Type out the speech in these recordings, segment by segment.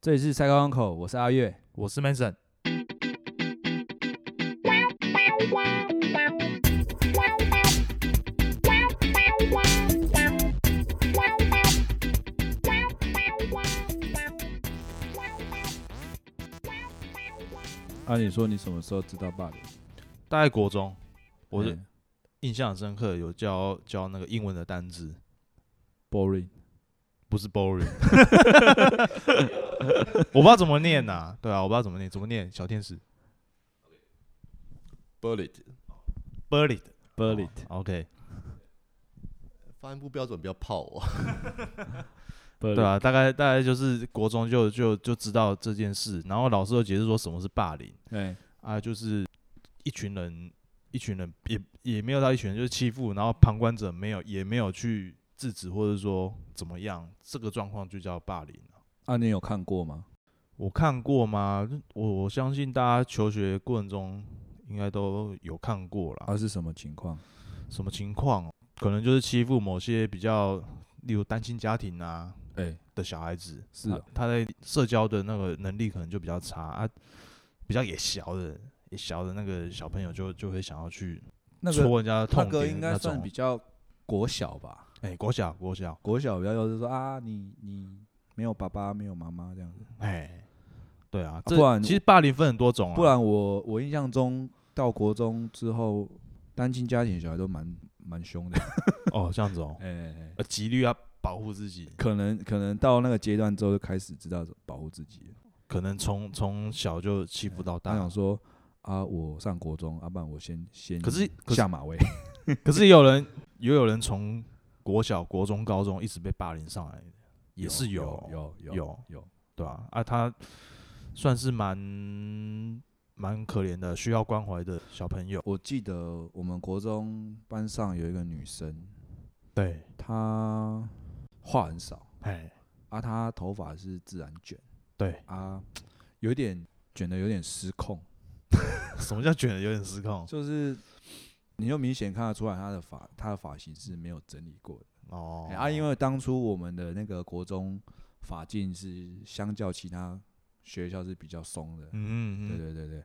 这里是赛高港口，我是阿月。我是 Mason。按、理啊说你什么时候知道霸凌？大概国中，我是嗯印象很深刻，有教教那个英文的单字， boring，不是 boring。我不知道怎么念呐、对啊，我不知道怎么念，怎么念？小天使 bullet bullied。 bullet，、 OK，发音不标准，不要泡我。 bullet 对啊，大概大概就是国中就就就知道这件事，然后老师又解释说什么是霸凌哎，啊，就是一群人一群人也也没有到一群人就是欺负，然后旁观者没有也没有去制止或者说怎么样，这个状况就叫霸凌。啊，你有看过吗？我看过吗？我我相信大家求学过程中应该都有看过啦。啊，是什么情况？什么情况哦？可能就是欺负某些比较，例如单亲家庭啊哎、的小孩子，是他哦他在社交的那个能力可能就比较差啊，比较也小的也小的那个小朋友就就会想要去那个戳人家的那痛个点应该种算比。较国小吧，哎、国小国小，国小比较幼稚，说啊，你你没有爸爸，没有妈妈这样子。哎、对啊，这不然其实霸凌分很多种啊，不然我我印象中到国中之后，单亲家庭的小孩都蛮蛮凶 的。哦这样 子哦，哎、哎哎呃，极力要保护自己，可能可能到那个阶段之后就开始知道怎么保护自己了。可能从从小就欺负到他大想，说啊，我上国中，啊，不然我先先可是可是下马威，可是也有人也有人从国小、国中、高中一直被霸凌上来的，也是有有有有有有对吧、啊？他算是蛮蛮可怜的，需要关怀的小朋友。我记得我们国中班上有一个女生，对，她话很少哎，啊，她头发是自然卷对，啊，有一点卷的有点失控， 什么叫卷的有点 失控？就是你又明显看得出来她的发她的发型是没有整理过的、哦，哎啊，因为为当初我们的那个国中发禁是相较其他学校是比较松的，嗯对嗯嗯，对对对，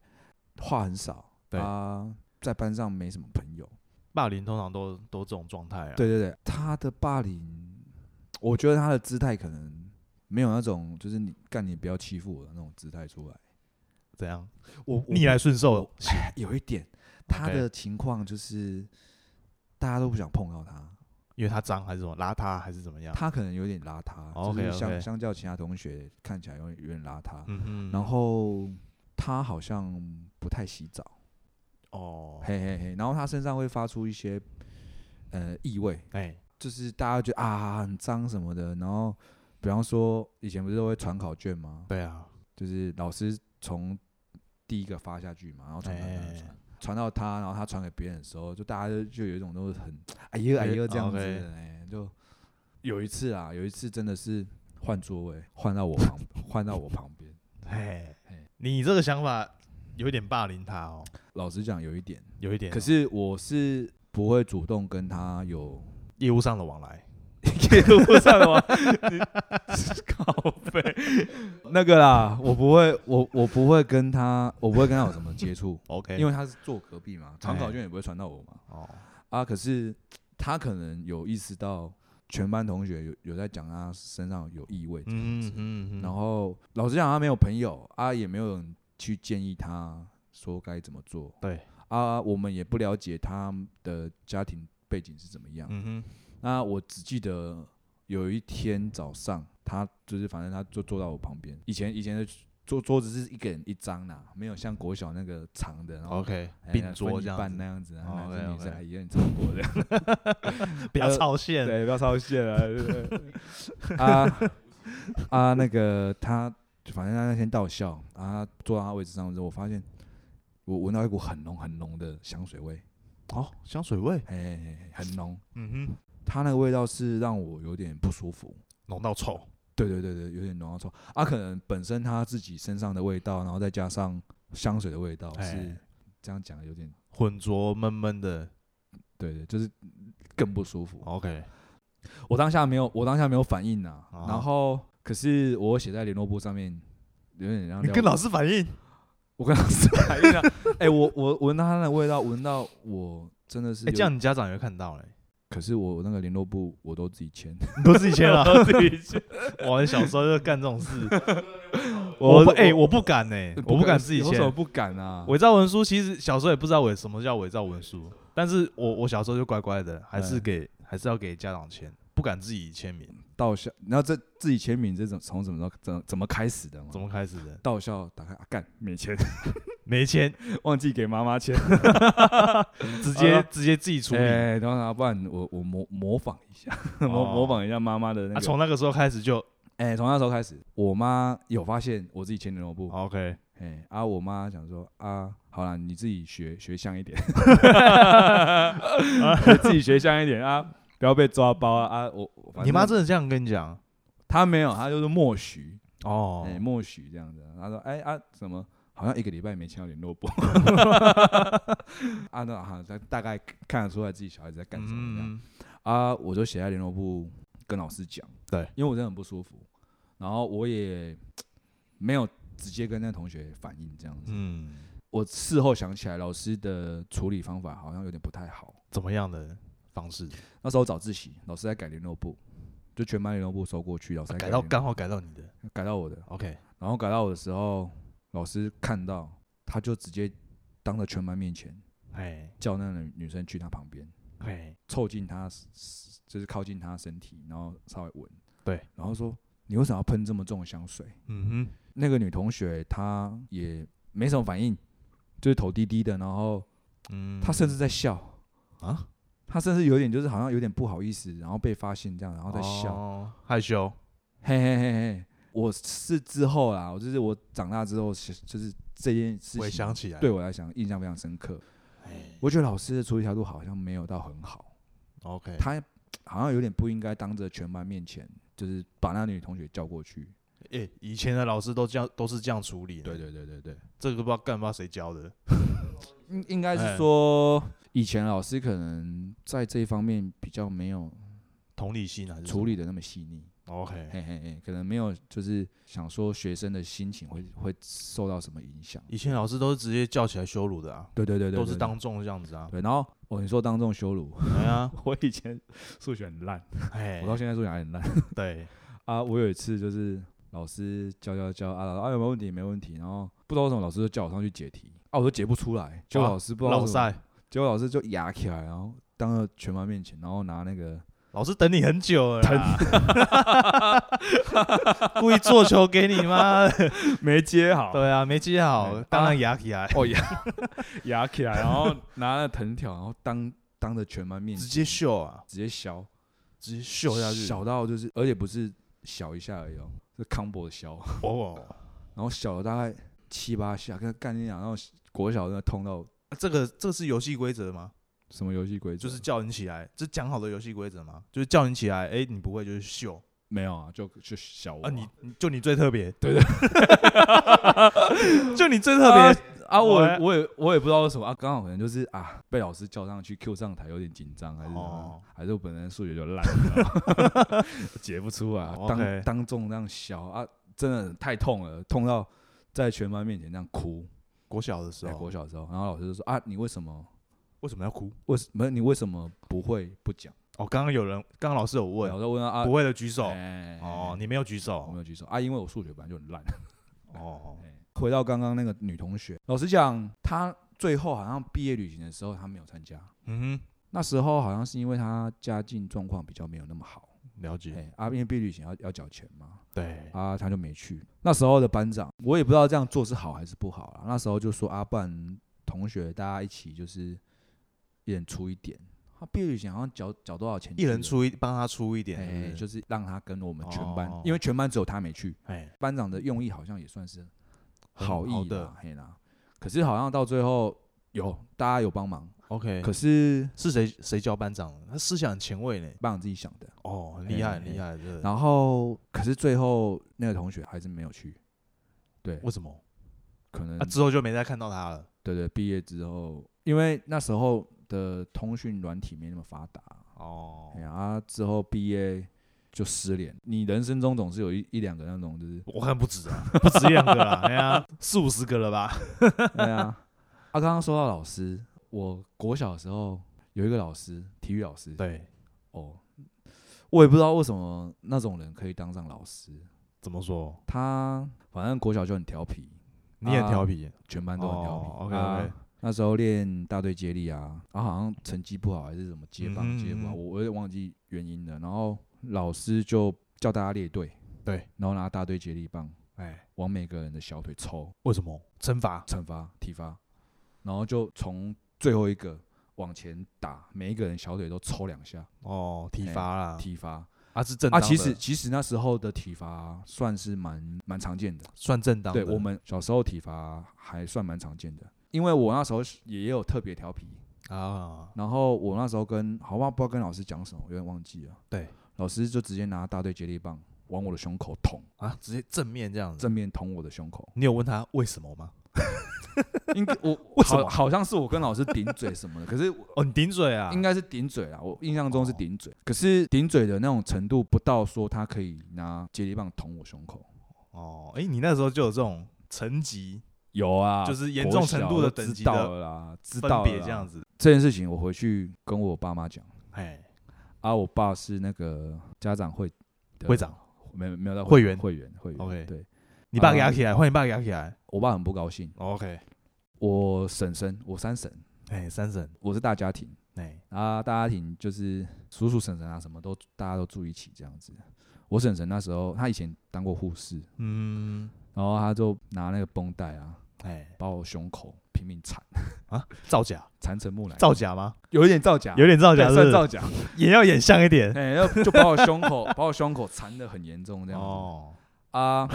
话很少，对啊，在班上没什么朋友。霸凌通常都都这种状态啊。对对对，他的霸凌，我觉得他的姿态可能没有那种就是你干你不要欺负我的那种姿态出来。怎样？我逆来顺受我，有一点，他 OK 的情况就是大家都不想碰到他，因为他脏还是什么邋遢还是怎么样？他可能有点邋遢，就是 OK，OK 相相较其他同学看起来有点有点邋遢。嗯哼，然后他好像不太洗澡。哦，嘿嘿嘿，然后他身上会发出一些呃异味，哎，就是大家觉得啊很脏什么的。然后，比方说以前不是都会传考卷吗？对啊，就是老师从第一个发下去嘛，然后传传传哎传传到他，然后他传给别人的时候，就大家就就有一种都是很哎呦哎呦这样子 OK 的，哎，就有一次啊，有一次真的是换座位，换到我旁，换到我旁边。哎嘿，你这个想法有点霸凌他哦，老实讲，有一点，有一点哦。可是我是不会主动跟他有业务上的 往来，业务上的往来， 靠背。，那个啦，我不会，我我不会跟他，我不会跟他有什么接触 OK， 因为为他是坐隔壁哎嘛，传考卷也不会传到我嘛。哦，啊，可是他可能有意识到全班同学有有在讲他身上有异味，嗯嗯然后老实讲，他没有朋友啊，也没有人去建议他说该怎么做对，啊，我们也不了解他的家庭背景是怎么样。嗯哼，那我只记得有一天早上，他就是反正他就坐到我旁边。以前以前的桌桌子是一个人一张啦，没有像国小那个长的，然后 OK，哎哦并桌分一这样半那子，样子，哦男生女 OK，OK 生还有点超过的，不要超限。对，不要超线了对不对。啊啊，那个他反正他那天到校啊，坐到他位置上之后，我发现我闻到一股很浓很浓的香水味，哦，香水味，哎、嘿很浓。嗯哼，他那个味道是让我有点不舒服，浓到臭。对对对对，有点浓到臭啊，可能本身他自己身上的味道，然后再加上香水的味道，哎是这样讲有点浑浊闷闷的对对，就是更不舒服。哦，OK，我当下没有，我当下没有反应呐、啊然后，可是我写在联络簿上面，有点让你跟老师反应，我跟老师反应啊。哎、我我闻到他的味道，闻到我真的是、哎，这样。你家长也会看到嘞，可是我那个联络簿我都自己签，，你都自己签 了都自己啊签。啊 我小时候就干这 种事，我不哎，我不敢呢，我不敢自己有什么签。不敢啊？伪造文书其实小时候也不知道伪什么叫伪造文书，但是我我小时候就乖乖的，还是嗯给还是要给家长签，不敢自己签名。到校，然后这自己签名这种从怎么着怎怎么开始的吗？怎么开始 的？到校打开啊，干没 签，没签，忘记给妈妈签，直接啊直接自己处理。哎，然后啊不然我我模模仿一下， 模哦模仿一下妈妈的那啊，个。从那个时候开始就哎，从那时候开始，我妈有发现我自己签联络簿， OK，哎，啊，我妈想说啊，好啦，你自己学学像一点， 自己学像一点啊，不要被抓包啊啊！我我反你妈正真的这样跟你讲她没有，她就是默许，哦哎、默许这样子。他说，哎、啊，怎么好像一个礼拜没签到联络簿？ 啊，那好，他大概看得出来自己小孩子在干什么这样、嗯啊。我就写在联络簿跟老师讲，对，因为我真的很不舒服，然后我也没有直接跟那同学反映这样子。嗯，我事后想起来，老师的处理方法好像有点不太好。怎么样的方式？那时候早自习，老师在改联络簿，就全班联络簿收过去，老师在啊改联到络刚好改到你的改到我的， OK，然后改到我的时候，老师看到，他就直接当着全班面前哎叫那个女生去他旁边，哎，凑近她，就是靠近她身体，然后稍微闻。对，然后说你为什么要喷这么重的香水？嗯哼，那个女同学她也没什么反应，就是头低低的，然后嗯，她甚至在笑，啊，她甚至有点就是好像有点不好意思，然后被发现这样，然后在笑。哦害羞，嘿嘿嘿嘿，我是之后啦，我就是我长大之后，是就是这件事回情想起来，对我来讲印象非常深刻。哎我觉得老师的处理态度好像没有到很好， ，OK，他好像有点不应该当着全班面前，就是把那女同学叫过去。哎，以前的老师都这样，都是这样处理的，对对对对，这个不知道干不知道谁教的，应应该哎是说以前老师可能在这一方面比较没有同理心还是处理的那么细腻，什么 OK，嘿嘿嘿，可能没有就是想说学生的心情会会受到什么影响。以前老师都是直接叫起来羞辱的啊，对对对对，都是对当众这样子啊，对，然后哦，你说当众羞辱， 哎呀，我以前数学很烂，哎我，到现在数学还很烂。对，啊，我有一次就是老师教教教啊，老师啊有没有问题？没问题。然后不知道为什么老师就叫我上去解题，啊，我都解不出来。结果啊老师不知道老为什么，塞，结果老师就压起来，然后当着全班面前，然后拿那个老师等你很久了啦， 故意做球给你吗？没接好对 啊，没接好，哎当然压起来，哦压压起来，然后拿那藤条，然后当当着全班面直前接秀啊，直接削直接秀下去，小到就是，而且不是小一下而已哦，是 combo 的削，哦，然后小了大概七八下，跟干你讲，然后国小真的痛到啊这个这是游戏规则吗？什么游戏规则？就是叫你起来，这讲好的游戏规则吗？就是叫你起来，哎，你不会就是秀没有啊，就就小我啊，你你就你最特别，对对， 就你最特别，啊，我我也我也我也不知道为什么啊，刚好可能就是啊，被老师叫上去 Q 上台有点紧张，还是、哦么，还是我本身数学就烂，你知道 吗 解不出来啊，哦，OK 当当众这样笑啊，真的太痛了，痛到在全班面前这样哭。哎国小的时在国候小的时候，然后老师就说啊，你为什么为什么要哭？为什么你为什么不会不讲？哦，刚刚有人，刚刚老师有我问，就问他啊，不会的举手，哎哦，，你没有举我没手，有举手啊，因为我数学本来就很烂。 哦，回到刚刚那个女同学，老实讲，她最后好像毕业旅行的时候她没有参加。嗯哼。那时候好像是因为他家境状况比较没有那么好，了哎、解，啊，因为毕业旅行要要缴钱嘛，对，啊，他就没去。那时候的班长，我也不知道这样做是好还是不好啦。那时候就说啊，不然同学大家一起就是一人出一点。他毕业旅行好像缴缴多少钱？一人，出一，帮他出一点，哎、是不是就是让他跟我们全班，哦因为全班只有他没去。哎，班长的用意好像也算是很好好意的啦，嘿啦。可是好像到最后有大家有帮忙， OK，可是是谁谁教班长的？他思想很前卫呢。班长自己想的。哦，很厉害，哎很厉害，这个然后可是最后那个同学还是没有去，对，为什么？可能、啊，之后就没再看到他了。对对，毕业之后，因为那时候的通讯软体没那么发达，哦哎，呀啊，之后毕业就失联。你人生中总是有一一两个那种， 就是我看不止啊，不止一两个 啦，哎呀，四五十个了吧？对啊。啊，刚刚说到老师，我国小的时候有一个老师，体育老师，对，哦，我也不知道为什么那种人可以当上老师。怎么说？他反正国小就很调皮，你也啊调皮，全班都很调皮。哦，OK，OK 啊那时候练大队接力啊，啊好像成绩不好还是什么接棒嗯接不好，嗯嗯我我也忘记原因了。然后老师就叫大家列队，对，然后拿大队接力棒哎，往每个人的小腿抽，为什么惩罚？惩罚体罚，然后就从最后一个往前打，每一个人小腿都抽两下哦，体哎罚啦，体罚。啊是正啊，当的，其实其实那时候的体罚算是蛮蛮常见的，算正当的。对我们小时候体罚还算蛮常见的，因为我那时候是也有特别调皮，啊，然后我那时候跟好吧不知道跟老师讲什么，有点忘记了。对老师就直接拿大队接力棒往我的胸口捅，啊，直接正面这样子。。正面捅我的胸口你有问他为什么吗？应该我为什么好好像是我跟老师顶嘴什么的，可是我哦，你顶嘴 啊？哦应该是顶嘴啦，我印象中是顶嘴，可是顶嘴的那种程度不到说他可以拿接力棒捅我胸口。哦，哎，你那时候就有这种层级有啊，就是严国重程小度我的都等知级道了的啦，知分道别了这样啦子，这件事情我回去跟我爸妈讲，哎，啊，我爸是那个家长会的会，长，没有没有到会员会员会员 OK 对你爸啊给他起来，换你爸给他起来。我爸很不高兴。 OK，我婶婶，我三婶，哎，三婶，我是大家庭哎，啊，大家庭就是叔叔婶婶啊，什么都大家都住一起这样子。我婶婶那时候，她以前当过护士，嗯，然后她就拿那个绷带啊，哎，把我胸口拼命缠，造假，缠成木乃伊，造假吗？有一点造假，哎有点造对假，是不算是造假，也要演像一点。哎、要就把我胸口把我胸口缠得很严重这样子、哦，啊。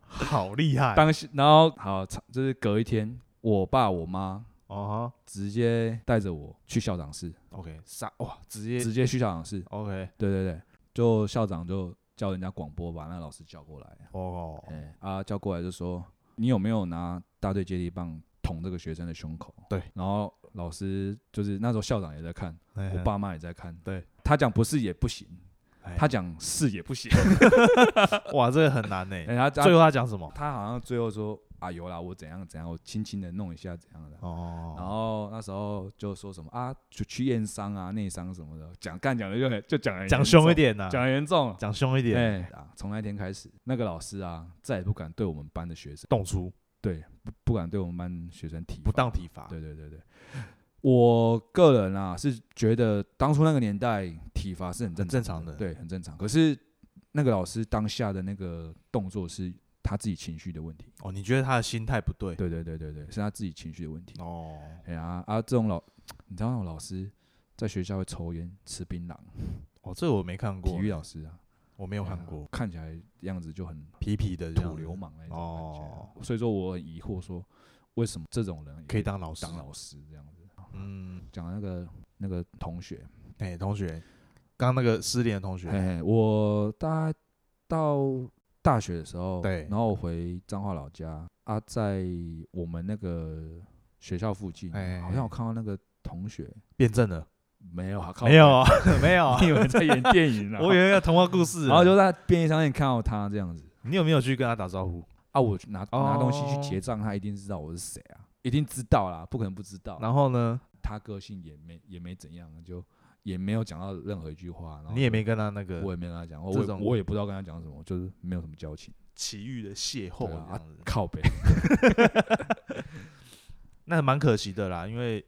好厉害！当时然后好，就是隔一天，我爸我妈哦直接带着我去校长室，哈，OK，杀哇，直接直接去校长室。 OK，对对对，就校长就叫人家广播把那个老师叫过来，哦，哎、啊叫过来就说你有没有拿大队接力棒捅这个学生的胸口？对，然后老师就是那时候校长也在看，我我爸妈也在看，嗯对，他讲不是也不行，哎他讲是也不行，哇，这个很难呢。哎、 他他最后他讲什么？他好像最后说啊有啦，我怎样怎样，我轻轻的弄一下怎样的。然哦，后那时候就说什么啊，就去验伤啊、内伤什么的，讲干讲的就很就讲得很讲严凶一重，点呐，讲得严重。讲凶一点，哎、啊，从那天开始，那个老师啊，再也不敢对我们班的学生，动粗，对，不不敢对我们班学生体不罚。当体罚。对对对对，我个人啊是觉得当初那个年代体罚是很正很正常常的对，很正常。可是那个老师当下的那个动作是他自己情绪的问题，哦，你觉得他的心态不对？对对对对对，是他自己情绪的问题。哦，哎呀啊，这种老，你知道那种老师在学校会抽烟、吃槟榔，哦，这个我没看过体，育老师啊，我没有看哎过呀，看起来样子就很皮皮的这样土子流氓那种感觉啊、哦所以说我很疑惑说，为什么这种人也可以当老师。当老师这样子？嗯，讲到那个那个同学，哎，同学，刚刚那个失联的同学，嘿嘿，我大概到大学的时候，对然后我回彰化老家啊，在我们那个学校附近，哎哎好像我看到那个同学辩证了，没有啊，靠没有啊， 没有啊， 北，你以为在演电影啊？ 我有一个童话故 事啊，然后就在便利商店看到他这样子你有没有去跟他打招呼？啊，我拿、拿东西去哦结账，他一定知道我是谁啊，一定知道啦，不可能不知道。然后呢，他个性也没也没怎样，就也没有讲到任何一句话，然后你也就没跟他那个我也没跟他讲话，这我也种我也不知道跟他讲什么，就是没有什么交 情，奇遇的邂逅对啊这样子，靠北。那蛮可惜的啦，因为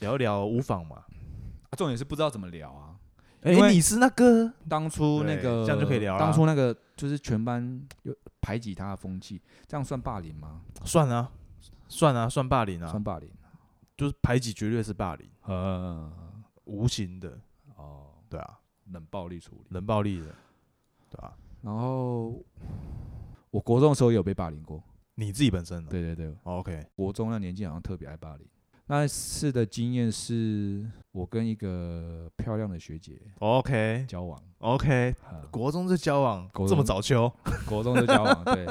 聊一聊无妨嘛。啊 重点是不知道怎么聊啊，哎、因为你是那个当初那对个这样就可以聊啦当初那个就是全班有排挤他的风气，这样算霸凌吗？算啊，算啊，算霸凌啊算，霸凌。就是排挤绝对是霸凌，呃，无形的，哦，对啊，冷暴力处理。冷暴力的，对啊，然后我国中的时候也有被霸凌过，你自己本身、哦对对对， o k 国中那年纪好像特别爱霸凌。那次的经验是我跟一个漂亮的学姐哦 OK 哦交往， OK，啊 国中就交往国中 这么早秋，国中就交往，对，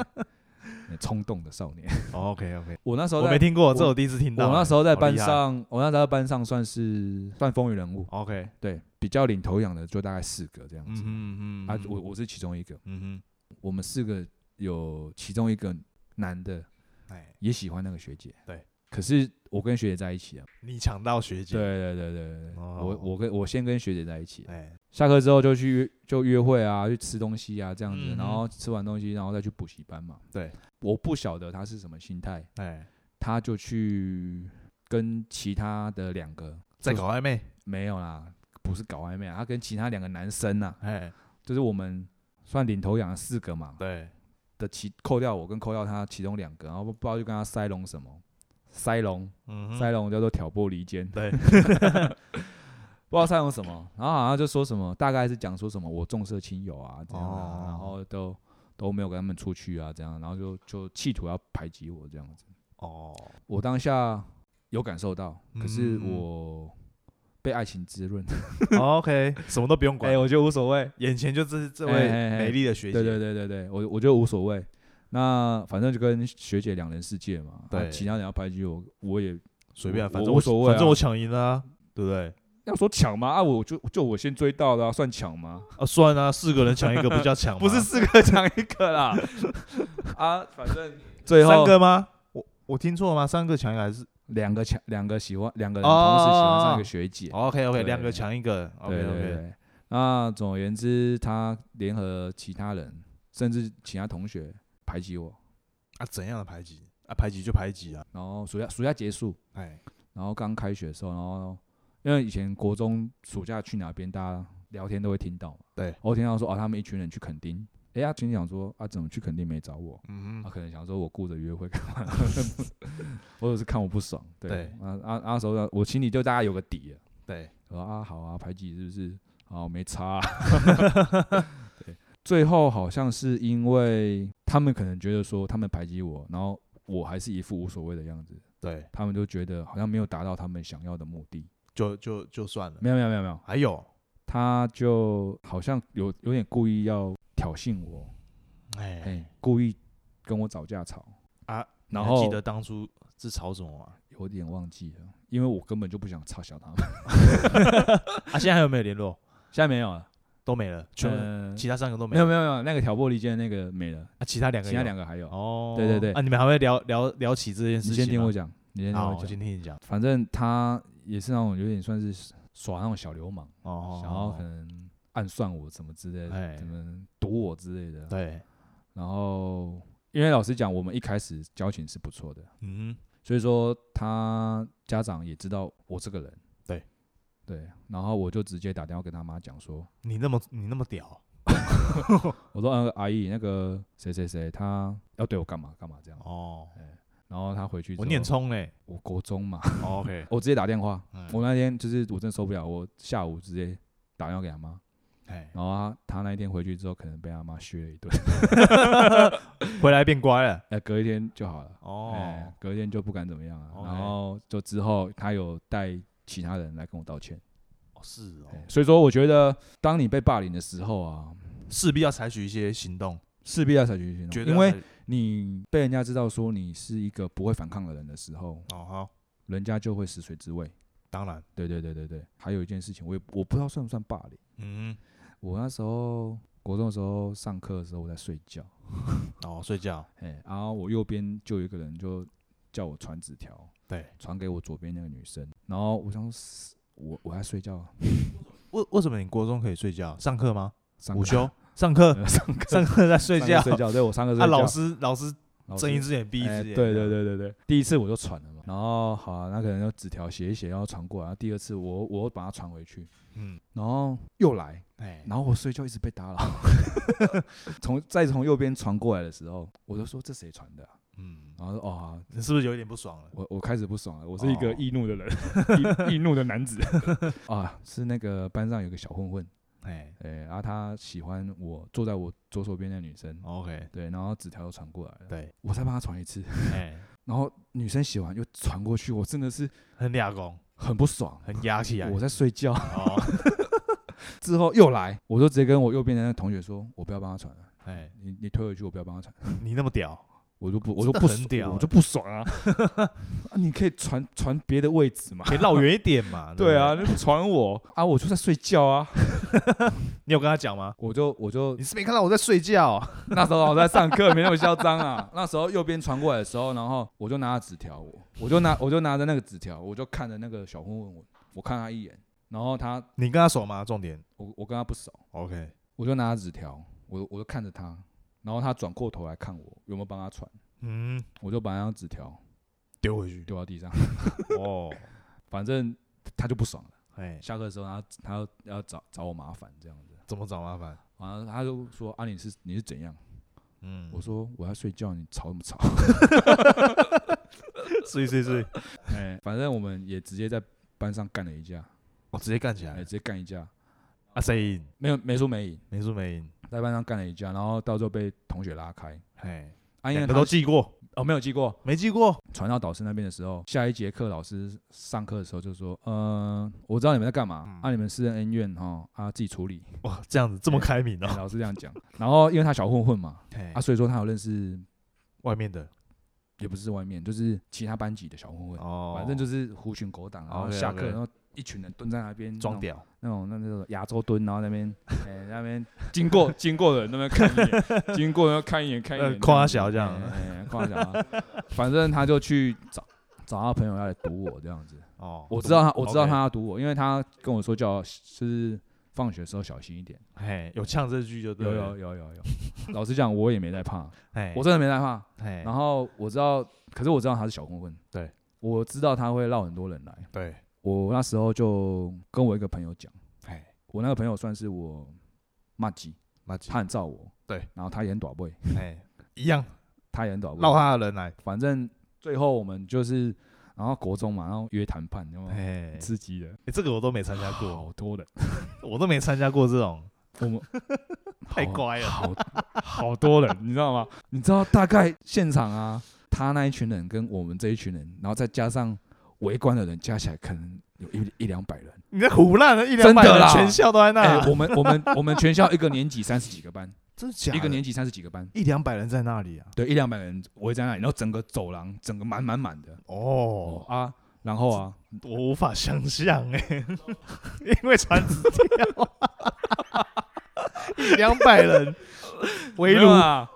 冲动的少年。 OK OK，我那时候 哦我在没听过，我这我第一次听到我欸。那时候在好班厉害。上，我那时候在班上算是算风云人物， OK，对，比较领头羊的就大概四个这样嗯子。哼嗯哼，啊，我我是其中一个，嗯我们四个有其中一个男的哼，哎，也喜欢那个学姐，对。可是我跟学姐在一起啊，你抢到学姐，对对对对对，我哦我跟我先跟学姐在一起，哎，下课之后就去约就约会啊，去吃东西啊这样子，嗯然哼后吃完东西然后再去补习班嘛。对，我不晓得他是什么心态，哎，他就去跟其他的两个在搞暧昧，没有啦，不是搞暧昧啊，他跟其他两个男生呐、啊，哎，就是我们算领头羊的四个嘛对，的其扣掉我跟扣掉他其中两个，然后不不知道就跟他塞龙什么塞龙嗯哼，塞龙叫做挑拨离间， 对，不知道塞龙什么，然后好像就说什么，大概是讲说什么我重色轻友啊这样啊，哦然后都都没有跟他们出去啊这样，然后就就企图要排挤我这样子，哦，我当下有感受到，可是嗯我被爱情滋 润，哦 OK，什么都不用管，哎我觉得无所谓。眼前就这是这哎位哎哎美丽的学姐，对对对对对，我我觉得无所谓。那反正就跟学姐两人世界嘛，啊对其他人要排挤我，我也随便啊，我反我正无所谓啊反正我抢赢了啊，对不对？要说抢吗？啊，我就就我先追到的、啊，算抢吗？啊，算啊，四个人抢一个 不叫抢吗，不是四个抢一个 啦，啊，反正最三后个吗？我我听错了吗？三个抢一个还是两个抢两个喜欢两个人哦同时喜欢哦上哦一个学姐， ？OK OK，对两个抢一个对，OK 对 OK，对。那总而言之，他联合其他人，甚至其他同学排挤我，啊，怎样的排挤啊？排挤就排挤啊，然后暑假暑假结束，哎，然后刚开学的时候，然后因为以前国中暑假去哪边，大家聊天都会听到嘛。对我听到说哦，他们一群人去垦丁，哎呀，群里想说啊，怎么去垦丁没找我？嗯他、哼，可能想说我顾着约会干嘛，或者是看我不爽。对，对啊啊啊那时候我心里就大概有个底了。对，我说啊，好啊，排挤是不是？好，没差啊、 对，最后好像是因为他们可能觉得说他们排挤我，然后我还是一副无所谓的样子，对，他们就觉得好像没有达到他们想要的目的。就就就算了。没有没有没有没有，还有，他就好像有有点故意要挑衅我，哎、哎，故意跟我找架吵啊，然你还后记得当初是吵什么吗？ 有点忘记了，因为我根本就不想插小他们， 啊，现在还有没有联络？现在没有了，都没了，全部呃，其他三个都没没有了，没有没有，那个挑拨离间那个没了，啊，其他两个其他有两个还有。哦，对对对啊，你们还会聊聊聊起这件事你情？先听我，讲，你先听好，哦我我讲先，听你讲。反正他也是那种有点算是耍那种小流氓，哦，想要可能暗算我什么之类哎的，怎么堵我之类的，对，然后，因为老实讲，我们一开始交情是不错的，嗯所以说他家长也知道我这个人。对，对，然后我就直接打电话跟他妈讲说，哼，你那么你那么屌我说，嗯、阿姨，那个谁谁谁，他要对我干嘛干嘛这样。哦，然后他回去，我念，冲欸嘞我国中嘛， ，OK，我直接打电话。嗯我那天就是我真的受不了，我下午直接打电话给他妈，哎，然后他他那一天回去之后，可能被他妈削了一顿， 回来变乖了，哎，隔一天就好了。哎哦，，隔天就不敢怎么样了、 OK 然后就之后他有带其他人来跟我道歉，哦是哦哎，所以说我觉得当你被霸凌的时候啊，势必要采取一些行动，势必要采取行绝动，因对要为采取你被人家知道说你是一个不会反抗的人的时候，哦好，人家就会食髓知味。当然，对对对对对，还有一件事情，我也我不知道算不算霸凌。嗯我那时候国中的时候上课的时候我在睡觉，哼，哦睡觉，哎，然后我右边就有一个人就叫我传纸条，对，传给我左边那个女生，然后我想说死我我在睡觉，为为什么你国中可以睡觉？上课吗？上午课休？上课？ 呃上课 上课在睡上课觉？睡觉，对我上课睡 啊，觉。老师老师老师睁一只眼闭一哎只眼，对对对对对，第一次我就传了嘛，然后好、啊，那可能就纸条写一写，然后传过来，然后第二次我我又把它传回去，嗯，然后又来，哎，然后我睡觉一直被打扰， 从再从右边传过来的时候，我就说这谁传的啊、嗯，然后说哦、好啊你是不是有一点不爽了？我我开始不爽了，我是一个哦易怒的人， 易易怒的男子 啊，是那个班上有个小混混，哎哎，然、后他喜欢我坐在我左手边的女生， ，OK，对，然后纸条又传过来了，对，我再帮他传一次，哎，然后女生写完又传过去，我真的是很俩公，很不爽，很压起来，我在睡觉哦，之后又来，我就直接跟我右边的那个同学说，我不要帮他传了，哎，你你推回去，我不要帮他传，你那么屌，我就不我真就的不很爽屌我欸就不爽啊！ 啊你可以传传别的位置嘛？可以绕远一点 嘛？对不啊，，你传我啊，我就在睡觉啊，你有跟他讲吗？我就我就你是没看到我在睡觉？ 那时候我在上课，没那么嚣张 啊。那时候右边传过来的时候，然后我就拿着纸条，我我就拿我就拿着那个纸条，我就看着那个小混混，我我看他一眼，然后他你跟他熟吗？重点我我跟他不熟， ，OK，我就拿着纸条，我我就看着他，然后他转过头来看我有没有帮他传，嗯，我就把那张纸条丢回去。丢到地上，哦，反正他就不爽了。哎，下课的时候他他要要找找我麻烦这样子，怎么找麻烦？然后他就说啊你是你是怎样？嗯，我说我要睡觉，你吵什 么吵？睡睡睡，哎，反正我们也直接在班上干了一架，我直接干起来哎，直接干一架。啊！谁赢？没有没输没赢，没输没赢，在班上干了一架，然后到最后被同学拉开。哎，啊，因两为个他都记过，哦没有记过，没记过，传到导师那边的时候，下一节课老师上课的时候就说：“嗯、我知道你们在干嘛，嗯啊，你们私人恩怨哈，啊自己处 理。哇，这样子这么开明哎哦！老师这样讲，然后因为他小混混嘛，哎啊，，所以说他有认识，外面的也不是外面，就是其他班级的小混混，哦，反正就是狐群狗党，然后 OK，OK 下课然后一群人蹲在那边装那种屌，那种那种亚洲蹲，然后那边哎、那边 经过经过的人那边看一 眼，经过的人看一眼看一呃眼，夸小这样哎哎哎夸小啊， 反正他就去找找他朋友要来堵我这样子。哦，我知道他，懂我知道，他 OK 要堵我，因为他跟我说叫就是放学的时候小心一点。哎，有呛这句就对有了有，有有有， 老实讲我也没在怕，哎，我真的没在怕。哎，然后我知道，可是我知道他是小混混，对，我知道他会绕很多人来。对，我那时候就跟我一个朋友讲，哎，我那个朋友算是我骂鸡，马吉他，很罩我，对，然后他也很短背，哎，一样他也很短绕背，他的人来，反正最后我们就是，然后国中嘛，然后约谈判，然后哎，刺激的，欸这个我都没参加过，好多的，我都没参加过这种， 我们太好乖了好好多人，你知道吗？你知道大概现场啊，他那一群人跟我们这一群人，然后再加上围观的人，加起来可能有一一两百人。你在胡乱的一真两百的人啦全校都在那，哎、我们我们我们全校一个年级三十几个班，真的假的？一个年级三十几个班，一两百人在那里啊？对，一两百人围在那里，然后整个走廊整个满满满的。哦哦，啊，然后啊，我无法想象哎、 因为传纸条，一两百 人 围没有炉啊，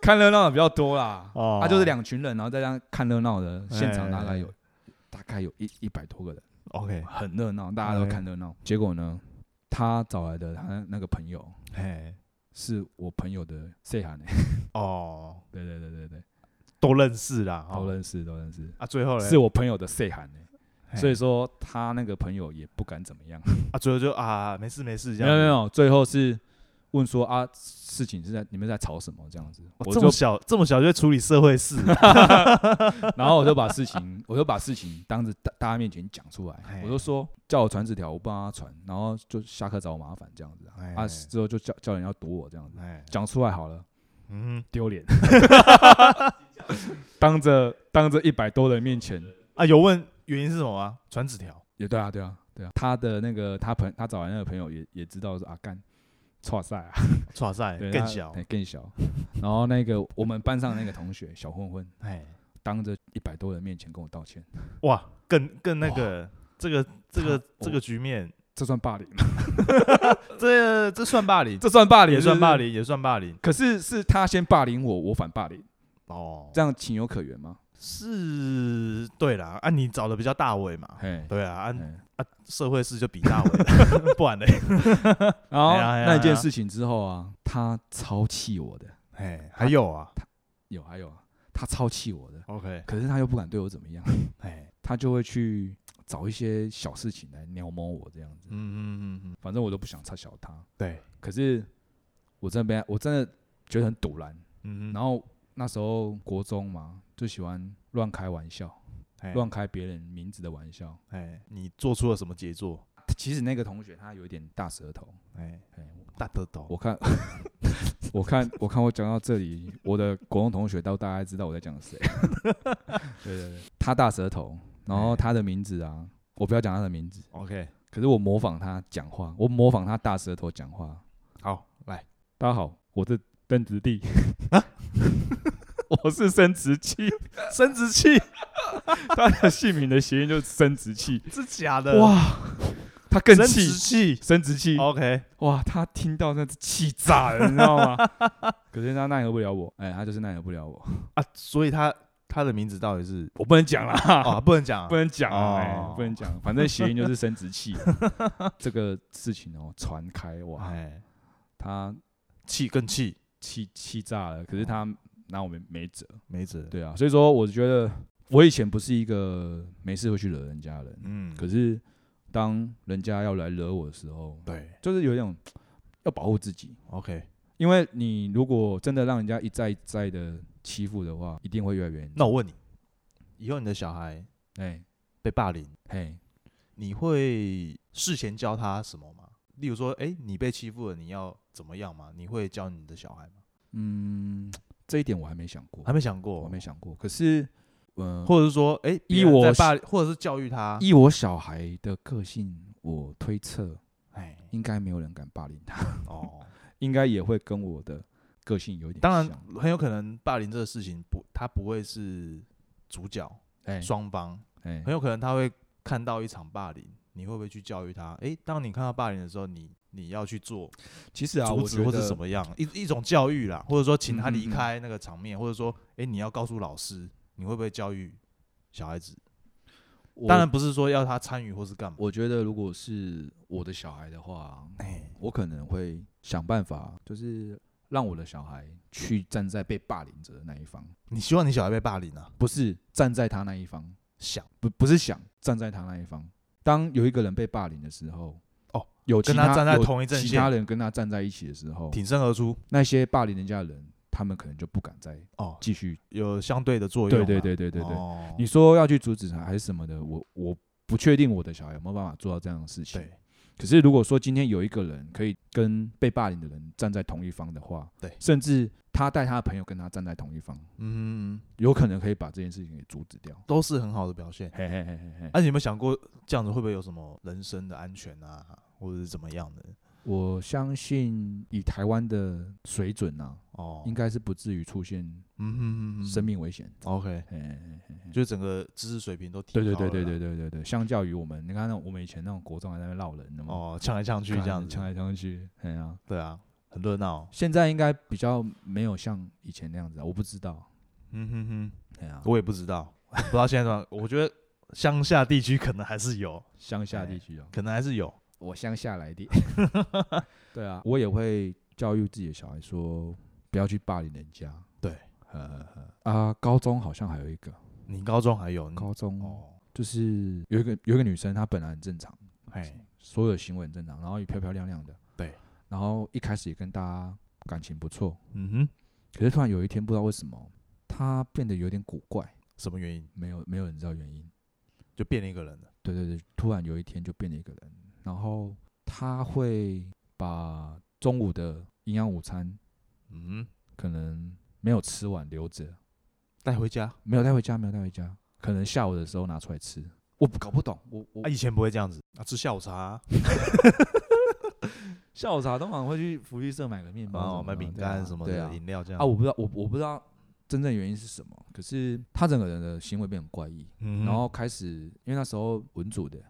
看热闹的比较多啦。哦啊，就是两群人，然后再加上看热闹的，现场大概有哎大概有一一百多个人， ，OK，很热闹，大家都哎看热闹。结果呢，他找来的他那个朋友哎，是我朋友的 C 喊呢，哦， 对对对对对，都认识啦，都哦认识都认识，啊，最后嘞，哎是我朋友的 C 喊呢。嘿所以说他那个朋友也不敢怎么样，啊，最后就啊，没事没事，这没样有子没，有，最后是问说啊，事情是在你们在吵什么这样子，哇我哦这就么小这么小就会处理社会事， 然后我就把事情，我就把事情当着大大家面前讲出来嘿，我就说叫我传纸条，我不让他传，然后就下课找我麻烦这样子啊嘿，啊嘿之后就叫叫人要堵我这样子，哎，讲出来好了，嗯，丢脸， 当着当着一百多人面前，啊，有问原因是什么吗？传纸条。也对啊对啊对啊，他的那个他朋他找来那个朋友也也知道说啊干，错赛啊，哇塞，对更他小对，更小， 然后那个我们班上那个同学小混混，哎，当着一百多人面前跟我道歉，哇，更更那个，这个这个这个局面，这算霸凌吗？这这算霸凌， 这算霸凌，也算是不是霸凌，也算霸凌可是是他先霸凌我，我反霸凌，哦。这样情有可原吗？是，对啦，啊，你找的比较大尾嘛，嘿，对啊，啊嘿啊，社会事就比大尾， 不然嘞， 然后哎呀哎呀那一哎件呀事情之后啊，他超气我的，哎，还有啊有还有啊，他超气我的， ，OK，可是他又不敢对我怎么样，哎，他就会去找一些小事情来撩摸我这样子，嗯嗯嗯嗯，反正我都不想插小他，对，可是我真的被他我真的觉得很堵然，嗯，然后那时候国中嘛，就喜欢乱开玩笑，后乱，开别人名字的玩笑。哎，你做出了什么杰作？其实那个同学他有一点大舌头，哎，哎，大得斗，我看， 我看，我看，我讲到这里，我的国中同学都大概知道我在讲谁。 对对对，他大舌头，然后他的名字啊，我不要讲他的名字， OK，可是我模仿他讲话，我模仿他大舌头讲话。 好，来，大家好，我是邓子弟。是生殖器，生殖器， 他的姓名的谐音就是生殖器。 是假的哇，他更呃生殖气，器哦生殖器。 ，OK，哇，他听到那是气炸了，你知道吗？ 可是他奈何不了我，哎，他就是奈何不了我， 啊，所以他他的名字到底是我不能讲啦。啊，不能讲 啊，不能讲啊、哎哦不能讲，反正谐音就是生殖器。这个事情哦，传开哇，哎，他气更气，气气炸了，可是他哦拿我们没辙。没辙，，对啊，所以说我觉得我以前不是一个没事会去惹人家的人，嗯，可是当人家要来惹我的时候，对就是有一种要保护自己， ，OK，因为你如果真的让人家一再一再的欺负的话，一定会越来越严重。那我问你，以后你的小孩哎被霸凌，嘿，你会事前教他什么吗？例如说，哎、你被欺负了，你要怎么样吗？你会教你的小孩吗？嗯，这一点我还没想过，还没想过，我还没，想过。可是，嗯、啊或者是说，哎、依别人我在霸凌，或者是教育他，依我小孩的个性，我推测哎，应该没有人敢霸凌他， 哦，应该也会跟我的个性有点当然像，很有可能霸凌这个事情不，他不会是主角，哎双方哎很有可能他会看到一场霸凌，你会不会去教育他？哎、当你看到霸凌的时候，你你要去做其实啊，阻我止觉或是得什么样一一种教育啦，或者说请他嗯离嗯嗯开那个场面，或者说，哎、你要告诉老师，你会不会教育小孩子？我当然不是说要他参与或是干嘛，我觉得如果是我的小孩的话，哎，我可能会想办法，就是让我的小孩去站在被霸凌者的那一方，你希望你小孩被霸凌啊？不是站在他那一方，想不不是想站在他那一方。当有一个人被霸凌的时候，哦，有其跟他站在有同一阵其线他人跟他站在一起的时候，挺身而出那些霸凌人家的人，他们可能就不敢再哦，继续。有相对的作用对嘛。对对对对对，哦你说要去阻止他还是什么的，我我不确定我的小孩有没有办法做到这样的事情。对可是如果说今天有一个人可以跟被霸凌的人站在同一方的话，对甚至他带他的朋友跟他站在同一方，嗯，有可能可以把这件事情给阻止掉。都是很好的表现。啊嘿嘿嘿嘿嘿，那、你有没有想过这样子会不会有什么人身的安全啊，或者是怎么样的？我相信以台湾的水准啊，哦，应该是不至于出现嗯嗯嗯生命危险。 OK，嘿嘿嘿嘿嘿就是整个知识水平都提高对对嗯对了对啦对对对对，相较于我们，你看那种我们以前那种国中还在那边闹人的啊嘛，哦，呛来呛去看这样子，呛来呛去，哎呀、啊，对啊，很热闹。现在应该比较没有像以前那样子啊，我不知道，嗯哼哼，哎呀、啊，我也不知道，不知道现在怎么样。 我觉得乡下地区可能还是有，乡下地哎区啊，可能还是有。我乡下来的。 对啊，我也会教育自己的小孩说，不要去霸凌人家。对呵呵呵，啊，高中好像还有一个，你高中还有你高中哦，就是有一个有一个女生，她本来很正常，哎，所有行为很正常，然后也漂漂亮亮的。对，然后一开始也跟大家感情不错，嗯哼，可是突然有一天不知道为什么，她变得有点古怪，什么原因没有没有人知道原因。就变了一个人了？对对对，突然有一天就变了一个人，然后他会把中午的营养午餐嗯哼，可能没有吃完留着，带回家。没有带回家，没有带回家，可能下午的时候拿出来吃。我不搞不懂，我我、啊，以前不会这样子，啊，吃下午茶啊，下午茶通常会去福利社买个面包什么哦的，买饼干什么对的，啊对饮料这啊样。啊，我不知道，我我不知道真正原因是什么，可是他整个人的行为变得很怪异，嗯哼，然后开始因为那时候文组的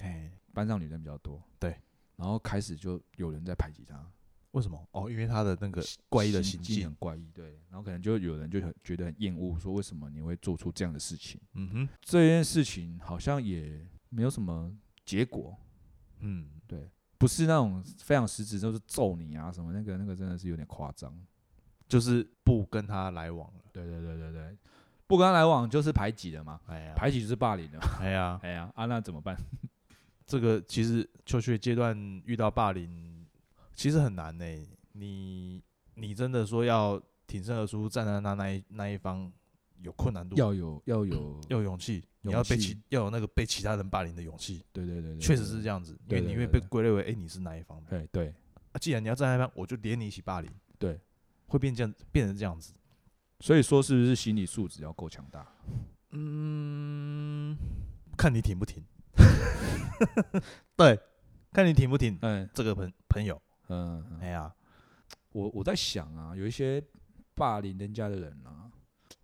哎，班上女生比较多，对，然后开始就有人在排挤他。为什么？哦，因为他的那个怪异的行径径。很怪异，对，然后可能就有人就很觉得很厌恶，说为什么你会做出这样的事情？嗯哼，这件事情好像也没有什么结果，嗯，不是那种非常实质，就是揍你啊什么，那个那个真的是有点夸张。就是不跟他来往了。对对对对对，不跟他来往就是排挤了嘛，哎呀，排挤就是霸凌了嘛。哎呀，哎呀，啊那怎么办？这个其实求学阶段遇到霸凌，其实很难呢、你你真的说要挺身而出，站在他那一那一方，有困难度，要有嗯要有，要有勇气，你要被勇气其要有那个被其他人霸凌的勇气，对对对对，确实是样。这样子，因对为你对会对被对归类为哎、诶你是哪一方的、对对啊？既然你要站在那一方，我就连你一起霸凌，对，会变这样变成这样子，所以说是不是心理素质要够强大？嗯， 看你挺不挺， 对，看你挺不挺嗯这个朋朋友，嗯，嗯哎呀，我我在想啊，有一些霸凌人家的人啊，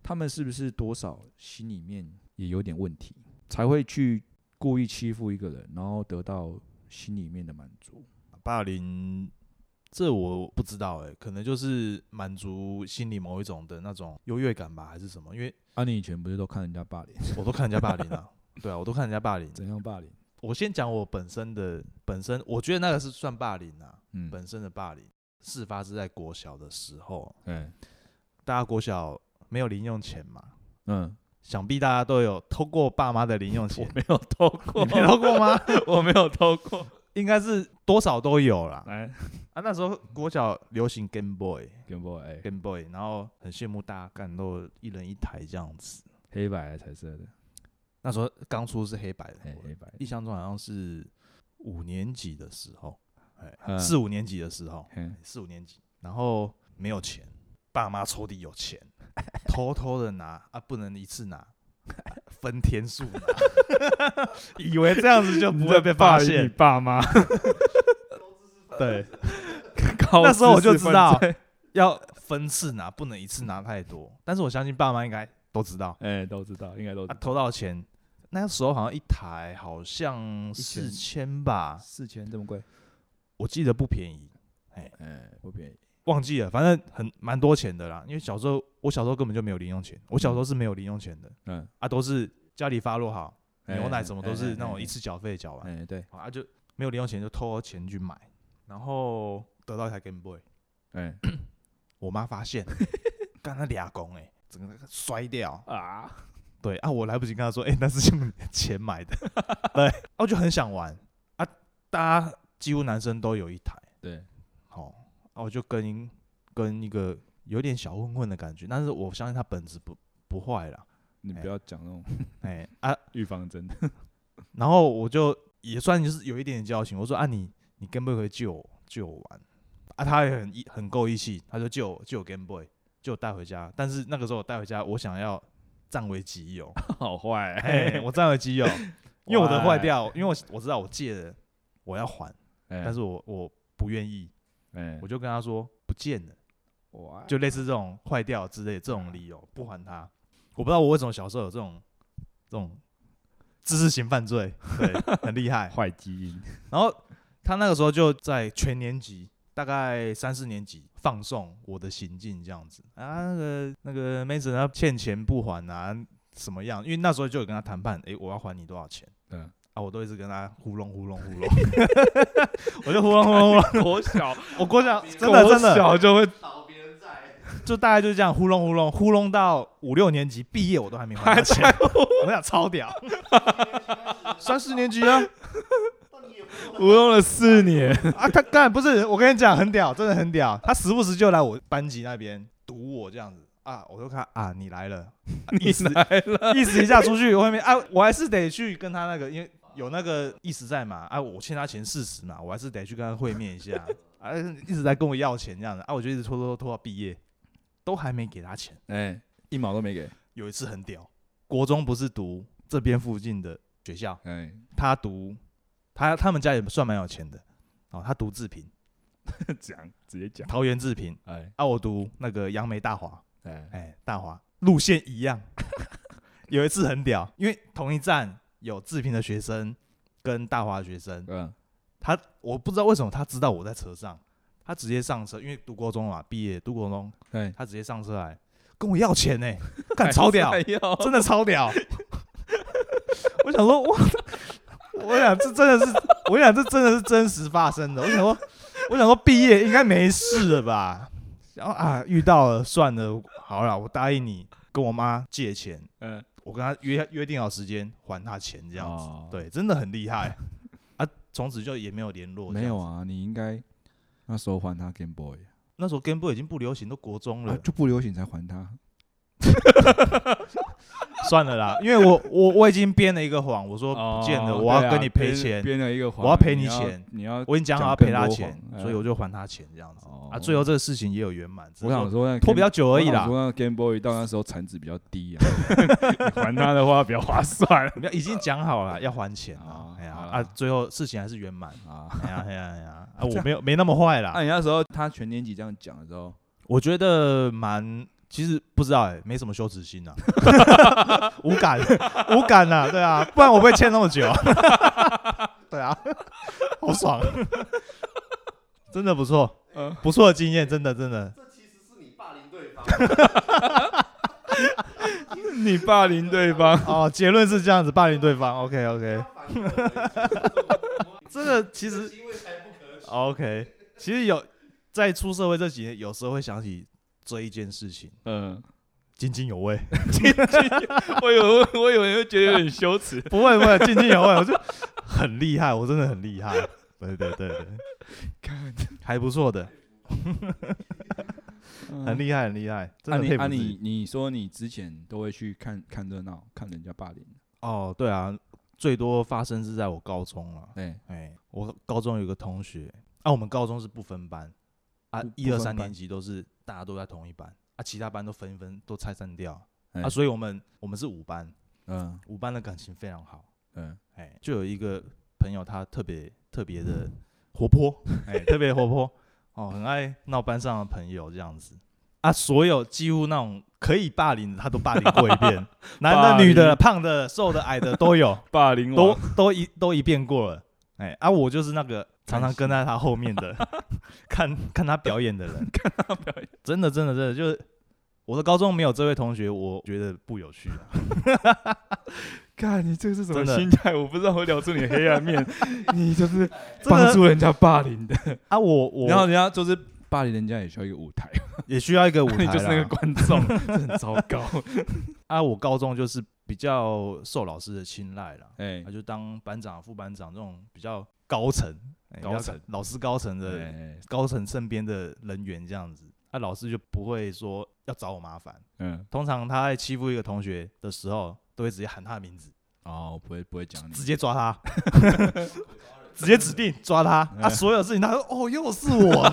他们是不是多少心里面也有点问题，才会去故意欺负一个人，然后得到心里面的满足？霸凌，这我不知道哎、可能就是满足心里某一种的那种优越感吧，还是什么？因为啊，你以前不是都看人家霸凌，我都看人家霸 凌啊，对啊，我都看人家霸凌。怎样霸凌？我先讲我本身的本身，我觉得那个是算霸凌啊，嗯，本身的霸凌。事发是在国小的时候，哎，大家国小没有零用钱嘛，嗯，想必大家都有偷过爸妈的零 用钱，没有偷过你没偷过吗？ 我没有偷过。应该是多少都有啦。来啊，那时候国小流行 Game Boy。 ，Game Boy，哎， Game Boy，然后很羡慕大家干都有一人一台这样子。黑白的彩色的，那时候刚出是黑白的，哎，我黑白的，印象中好像是五年级的时候，哎，嗯四五年级的时候， 哎嗯，四五年级，然后没有钱，爸妈抽屉有 钱，偷偷的拿啊，不能一次拿，分天数拿， 以为这样子就不会被发现。爸妈 对，高那时候我就知识知分道子，要分次拿，不能一次拿太多。但是我相信爸妈应该都知道。哎，都知道，应该都知啊，道偷到钱，那时候好像一台好像千四千吧，四千这么贵，我记得不便宜，哎，不便宜，忘记了，反正很蛮多钱的啦。因为小时候我小时候根本就没有零用钱，我小时候是没有零用钱的嗯，啊，都是家里发落好，哎牛奶什么都是那种一，哎次缴费缴完哎，哎哎对，啊，就没有零用钱就偷钱去买，然后得到一台 Game Boy， 哎我妈发现，干他俩公哎，整个摔掉，啊， 对啊，我来不及跟他说，哎、那是用你的钱买的，对，啊我就很想玩啊，大家几乎男生都有一台，对，好、啊，我就跟跟一个有点小混混的感觉，但是我相信他本质不不坏啦，你哎不要讲那种哎、啊，预防 针，然后我就也算就是有一点点交情，我说啊你你 Game Boy 可以借我借我玩，啊他也很义很够义气，他就借我借我 Game Boy 借我带回家，但是那个时候我带回家，我想要占为己有，好坏哎，我占为己有，因为我的坏掉，因为我我知道我借的我要还，但但是我我不愿意，哎我，就跟他说不见了，我就类似这种坏掉之类的这种理由不还他。我不知道我为什么小时候有这种这种知识型犯罪，对，很厉害。坏基因，然后他那个时候就在全年级，大概三四年级放送我的行径这样子啊，那个那个 Mason 他欠钱不还啊，什么样？因为那时候就有跟他谈判，诶，我要还你多少钱？嗯啊，我都一直跟他糊弄糊弄糊弄， 我就糊弄糊弄糊弄。 我小我国小真的真的就会找别人在，就大概就这样糊弄糊弄糊弄到五六年级毕业，我都还没 还他钱，我想超屌， 三四年级啊。我用了四年，啊，他干不是，我跟你讲很屌，真的很屌。他时不时就来我班级那边堵我这样子啊，我就看啊，你来了，啊 意思来了，意思一下出去外面啊，我还是得去跟他那个，因为有那个意思在嘛，啊，我欠他钱四十嘛，我还是得去跟他会面一下，啊，一直在跟我要钱这样子啊，我就一直拖拖拖到毕业，都还没给他钱。哎，一毛都没给，有一次很屌，国中不是读这边附近的学校，哎，他读他他们家也算蛮有钱的哦，他读志平，讲直接讲，桃园志平。哎啊，我读那个杨梅大华，哎哎、大华路线一样。 有一次很屌，因为同一站有志平的学生跟大华的学生，嗯，他我不知道为什么他知道我在车上，他直接上车，因为读国中嘛，毕业读国中，哎，他直接上车来跟我要钱呢、干超屌，哎真的超屌。我想说，我我想这真的是，我想这真的是真实发生的。我想说，我想说毕业应该没事了吧？然后啊，遇到了算了，好了，我答应你跟我妈借钱，嗯，我跟她约约定好时间还她钱，这样子。哦对，真的很厉害啊！从此就也没有联络，没有啊。啊，你应该那时候还他 Game Boy，那时候 Game Boy 已经不流行，都国中了啊，就不流行才还他，算了啦，因为我我我已经编了一个谎，我说不见了，哦我要对啊跟你赔编钱，编了一个谎，我要赔你要钱，你要我已经讲好要呃讲赔他更多钱，谎哎所以我就还他钱这样子、哦啊。最后这个事情也有圆满，只是我想说说那拖比 Game- 较久而已我想啦。说那 Game Boy 到那时候产值比较低啊， 你还他的话比较划算没有已经讲好了要还钱哦了，哎呀好啦啊，最后事情还是圆满。 啊。哎呀哎呀哎呀， 啊我没有没那么坏那啦，你那时候他全年级这样讲的时候，我觉得蛮其实不知道哎、没什么羞耻心 呐、啊，无感无感呐、对啊，不然我被欠那么久， 对啊，好爽，啊 真的不错，嗯不错的经验，真的真的，你霸凌对 方，哦，结论是这样子，霸凌对方，OK OK，这 个其实哦 OK，其实有在出社会这几年，有时候会想起这一件事情，嗯，津津有 味。我有我有人会觉得有点羞 耻，不会不会，津津有味，我就很厉害，我真的很厉害。对对对对，还不错的，很厉害很厉害，嗯真啊的你佩服啊自己你你说你之前都会去看看热闹，看人家霸凌，哦，对啊，最多发生是在我高中了。对，哎，我高中有个同学，啊，我们高中是不分班，啊不，一不二分三班年级都是大家都在同一班，啊，其他班都分一分都拆散掉，啊，哎所以我们我们是五班，嗯五班的感情非常好，嗯，哎，就有一个朋友，他特别特别嗯的 活泼，哎，特别活泼，哦，很爱闹班上的朋友这样子。啊，所有几乎那种可以霸凌的，他都霸凌过一 遍，男霸的、女凌的、胖的、瘦的、矮的都有， 霸凌都都一都一遍过了。哎，啊，我就是那个常常开心跟在他后面 的，看看他表演的人，看他表演，真的真的真的就是我的高中没有这位同学，我觉得不有趣、啊。看你这是什么真的心态？我不知道会聊出你的黑暗面， 你就是真帮的助人家霸凌的，啊，我我然后人家就是霸凌人家也需要一个舞台，也需要一个舞台你 就是那个啦观众，这很糟 糕。啊，我高中就是比较受老师的青睐啦，哎啊，，就当班长、副班长这种比较高层、哎高层、比较老师高层的、哎高层身边的人员这样子，啊，老师就不会说要找我麻烦。嗯，通常他在欺负一个同学的时候，都会直接喊他的名字，哦，不会不会讲你，直接抓他， 直接指定抓他哎啊！所有事情他说哦，又 是我，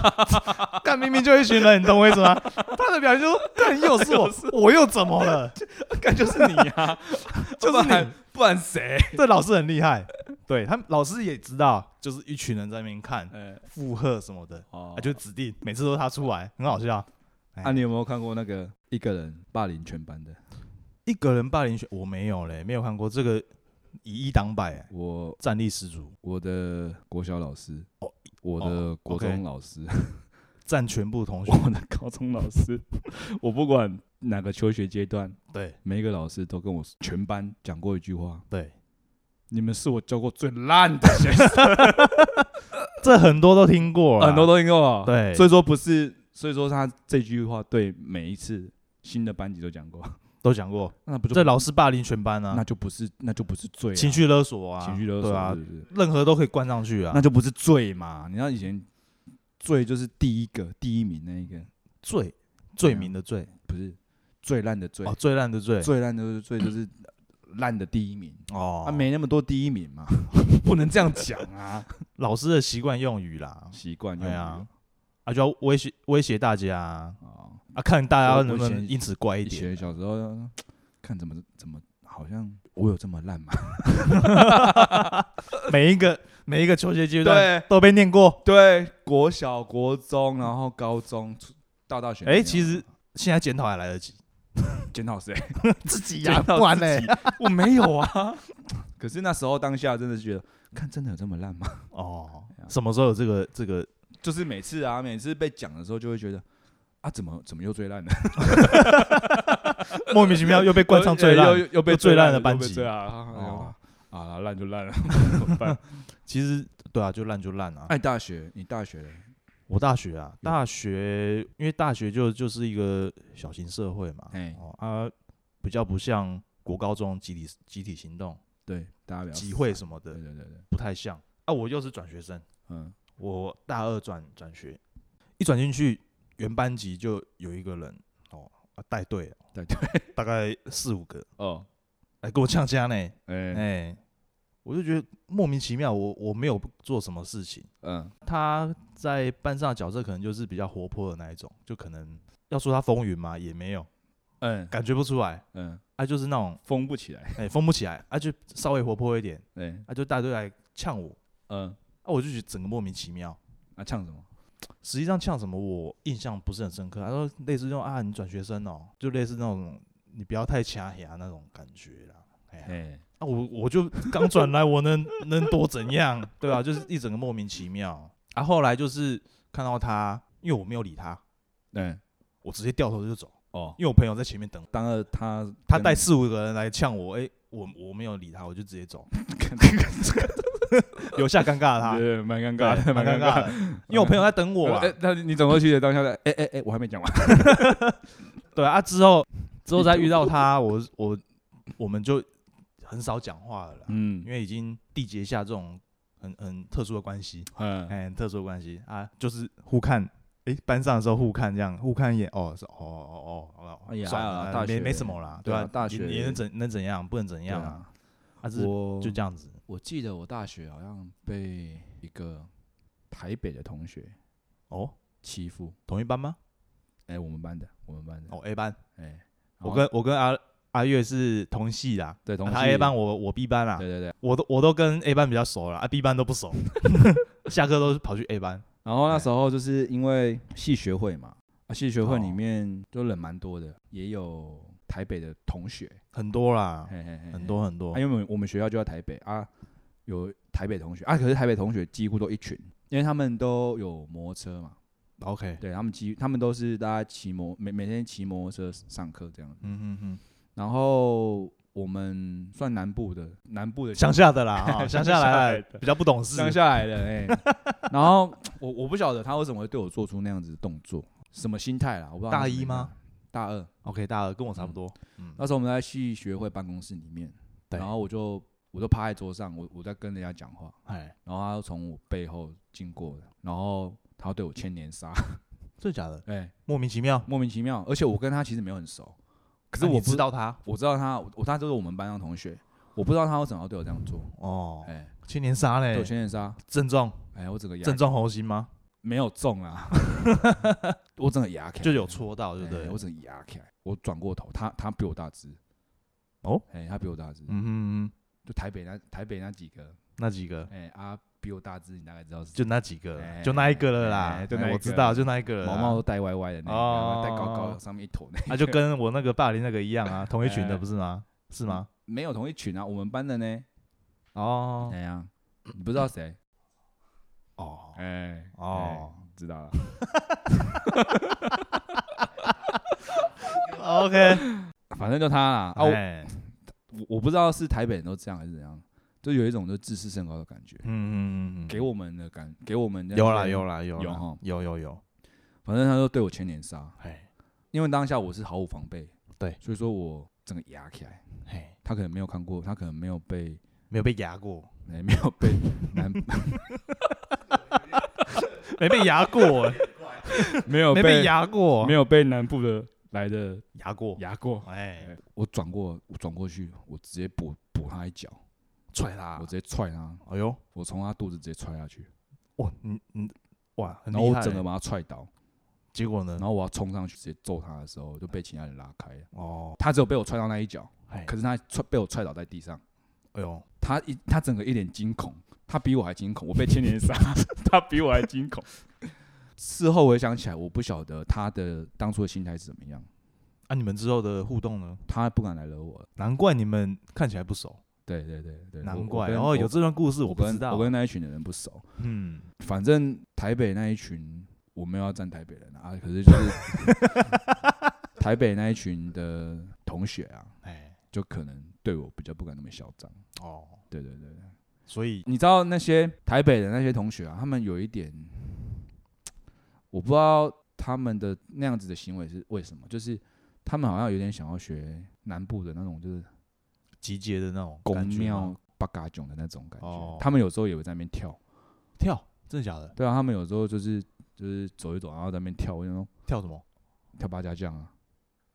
干明明就一群人，你懂我意思吗？他的表情就是干又是我，我又怎么了？干就是你啊， 就是不然不然谁？这老师很厉害，对他们老师也知道，就是一群人在那边看哎，附和什么的，哦啊，就指定每次都是他出来，很好笑。啊，你有没有看过那个一个人霸凌全班的？一个人霸凌学我没有嘞，没有看过这个以一当百、哎我战力十足，我的国小老师哦，我的国 OK 中老师，占全部同学。我的高中老师， 我不管哪个求学阶段，对每一个老师都跟我全班讲过一句话：对，你们是我教过最烂的学生， 这很多都听过 啦，很多都啊听过。，对，所以说不是，所以说他这句话对每一次新的班级都讲过，都讲过。 那不就这老师霸凌全班啊那，就不是那就不是罪啊，情绪勒索啊，情绪勒索对啊是，不是任何都可以冠上去啊。那就不是罪嘛。你知道以前罪就是第一个第一名那一个，罪罪名的罪不是最烂的罪哦，，最烂的罪最烂的罪就是烂的第一名。哦啊，，没那么多第一名嘛， 不能这样讲啊。老师的习惯用语 啦，习惯用对语啊，啊就要威胁威胁大家啊，啊，啊看大家我能不我以能前因此乖一以点。前小时候看怎么怎么好像我有这么烂吗？每一个每一个求学阶 段都被念过。对，国小、国中，然后高中出到大学没有，啊哎，其实现在检讨还来 得及，检讨谁？自己呀不然自己啊 嘞。我没有 啊。可是那时候当下真的是觉得，看真的有这么烂吗？哦，什么时候有这个这个？ 就是每次啊，每次被讲的时候就会觉得。啊，怎么怎么又最 烂了？ 莫名其妙又被冠上最烂又。又又被又最烂的了班又被级最烂啊哦啊啊，烂就烂了，怎么办？其实对啊，就烂就烂啊。 哎，嗯大学，你大学嘞我大学啊，有大学因为大学就就是一个小型社会嘛，哎哦啊，比较不像国高中集体集体行动、对，大家不要集会什么对的，对对对，不太像啊。我又是转学生，嗯，我大二转转学，一转进去原班级就有一个人哦，啊带队哦对对， 大概四五个哦，来跟我呛呛呢，哎，哎，我就觉得莫名其妙，我我没有做什么事情。嗯，他在班上的角色可能就是比较活泼的那一种，就可能要说他风云嘛，也没有，嗯感觉不出来。嗯，啊，就是那种 疯不起来，哎、疯不起来，啊，就稍微活泼一点，对，啊，就大队来呛我，嗯，啊，我就觉得整个莫名其妙。啊，唱什么？实际上呛什么我印象不是很深刻。他说类似那种啊，你转学生哦，就类似那种你不要太掐牙那种感觉啦。哎呀、哎，啊，我我就刚转来，我能能多怎样？对吧、就是一整个莫名其妙。啊，后来就是看到他，因为我没有理他，对，我直接掉头就走，哦，因为我朋友在前面等我，当然 他他跟带四五个人来呛我，哎、我我没有理他，我就直接走，留下尴尬的他。对，蛮尴尬对的，蛮尴尴尬的。的，因为我朋友在等我啊哎，，那你走过去的当下的，哎哎哎，我还没讲完。对啊，之后之后再遇到他， 我我我们就很少讲话了啦，嗯因为已经缔结下这种很很特殊的关系，嗯，哎，很特殊的关系啊，就是互看，哎，班上的时候互看这样，互看一眼，哦，是哦哦哦哦，哎呀算了还好啦啊大没学没什么啦，对吧、啊大学你你能怎能怎样，不能怎样啊，啊，是我就这样子，我记得我大学好像被一个台北的同学哦，欺负，同一班吗？哎，我们班的，我们班的，哦，A 班，哎，我好跟我跟阿阿月是同系啦，对同他系 A 班，我啊我 B 班啦，对对对，我都我都跟 A 班比较熟了，啊 B 班都 不熟，下课都是跑去 A 班。然后哎那时候就是因为系学会嘛，啊，系学会里哦面就人蛮多的，也有台北的同学，很多啦，嘿嘿嘿，哦很多很多啊，。因为我们我们学校就在台北啊，有台北同学啊，可是台北同学几乎都一群，因为他们都有摩托车嘛， OK，对他们几他们都是大家骑摩每每天骑摩托车上课这样，嗯嗯嗯，然后我们算南部的南部的乡下的啦， 哈乡下来乡下的比较不懂事。乡下来的哎、 然后我我不晓得他为什么会对我做出那样子的动作，什么心态啦，我不知道他大是什么一吗心态？大二， OK，大二跟我差不多。嗯，那时候我们在系学会办公室里面，对然后我就我就趴在桌上，我我在跟人家讲话，哎，然后他就从我背后经过了，然后他对我千年杀， 真的假的？哎、莫名其妙。莫名其妙，而且我跟他其实没有很熟，可是啊我你不知，道他我知道他，我他就是我们班上同学，哎我不知道他为什么要对我这样做，哦，哎、青年杀对嘞我，千年杀，正中哎、我整个牙正中红心吗？没有中啊， 我整个牙开，就有戳到，对哎不对？我整个牙开，我转过头，他他比我大只，哦，哎、他比我大只，嗯哼嗯哼，就台北那台北那几个，那几个哎、啊比我大只，你大概知道是就那几个啦，哎就那一个了啦哎。就那一哎个我知道，就那一个了啦。啊毛毛都戴歪歪的那个，哦戴高高的，上面一坨那个，啊，就跟我那个霸凌那个一样啊，同一群的哎不是吗？是吗？没有同一群啊，我们班的呢，嗯哦怎样？你不知道谁？哦 哎，哦哎，知 道了。 ，OK，反正就他啦啊，哎我哎，我我不知道是台北人都这样还是怎样，就有一种就自视甚高的感觉，嗯嗯嗯嗯，给我们的感，给我们的有啦有。啦有有啦齁有有有，反正他就对我千年杀，哎因为当下我是毫无防备，对所以说我整个压起来。哎，他可能没有看过，他可能没有被，没有被压过，哎没有被 男，没被压 过，哦没啊有没被压过，没有被南部的来的压过，压过，哎，我转过我转过去，我直接补补他一脚，踹他我，直接踹他，哎呦，我从他肚子直接踹下去，哇，你你哇，很然后厉我害嗯整欸个，把他踹倒，结果呢然？后我要冲上去直接揍他的时候，就被其他人拉开了。哦，他只有被我踹到那一脚，哎，可是他踹被我踹倒在地上，哎呦，他一他整个一脸惊恐，他比我还惊恐，我被千年杀， 他比我还惊恐。事后回想起来，我不晓得他的当初的心态是怎么样，啊，你们之后的互动呢？他不敢来惹我。难怪你们看起来不熟，对对对对，我难我怪，跟然后有我这段故事我我不跟知道我，跟那一群的人不熟，嗯，反正台北那一群我没有要站台北人啊，可 是就是台北那一群的同学啊，哎，就可能对我比较不敢那么嚣张。哦，对对对，对所以你知道那些台北的那些同学啊，他们有一点，我不知道他们的那样子的行为是为什么，就是他们好像有点想要学南部的那种，就是集结的那种宫感觉吗庙八嘎囧的那种感觉。哦他们有时候也会在那边跳，跳，真的假的？对啊，他们有时候就是就是走一走，然后在那边跳，我就说跳什么？跳八家将啊，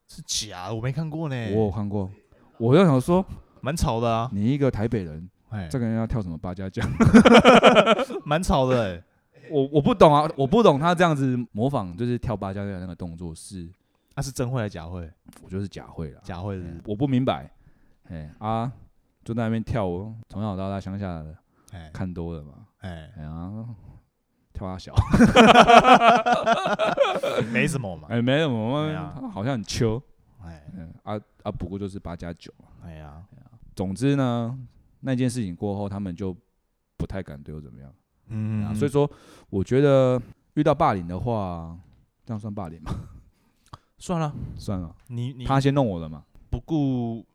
是假的，我没看过呢，我有看过。我就想说，蛮吵的啊，你一个台北人，哎，嗯这个人要跳什么八家将？蛮吵的欸， 我我不懂啊，我不懂他这样子模仿，就是跳八家将的那个动作是，那是真会还是假会？我就是假会啦。假会是不我不明白，哎、啊，就哦在那边跳舞，从小到大乡下的是哎看多了嘛，哎哎呀、跳他 小，没什么嘛。哎，没有，我哎们呀好像很秋，哎嗯啊啊，不过就是八加九嘛。哎呀，嗯总之呢，那件事情过后，他们就不太敢对我怎么样。嗯啊所以说，我觉得遇到霸凌的话，这样算霸凌吗？ 算了，算了，你你他先弄我的嘛。不顾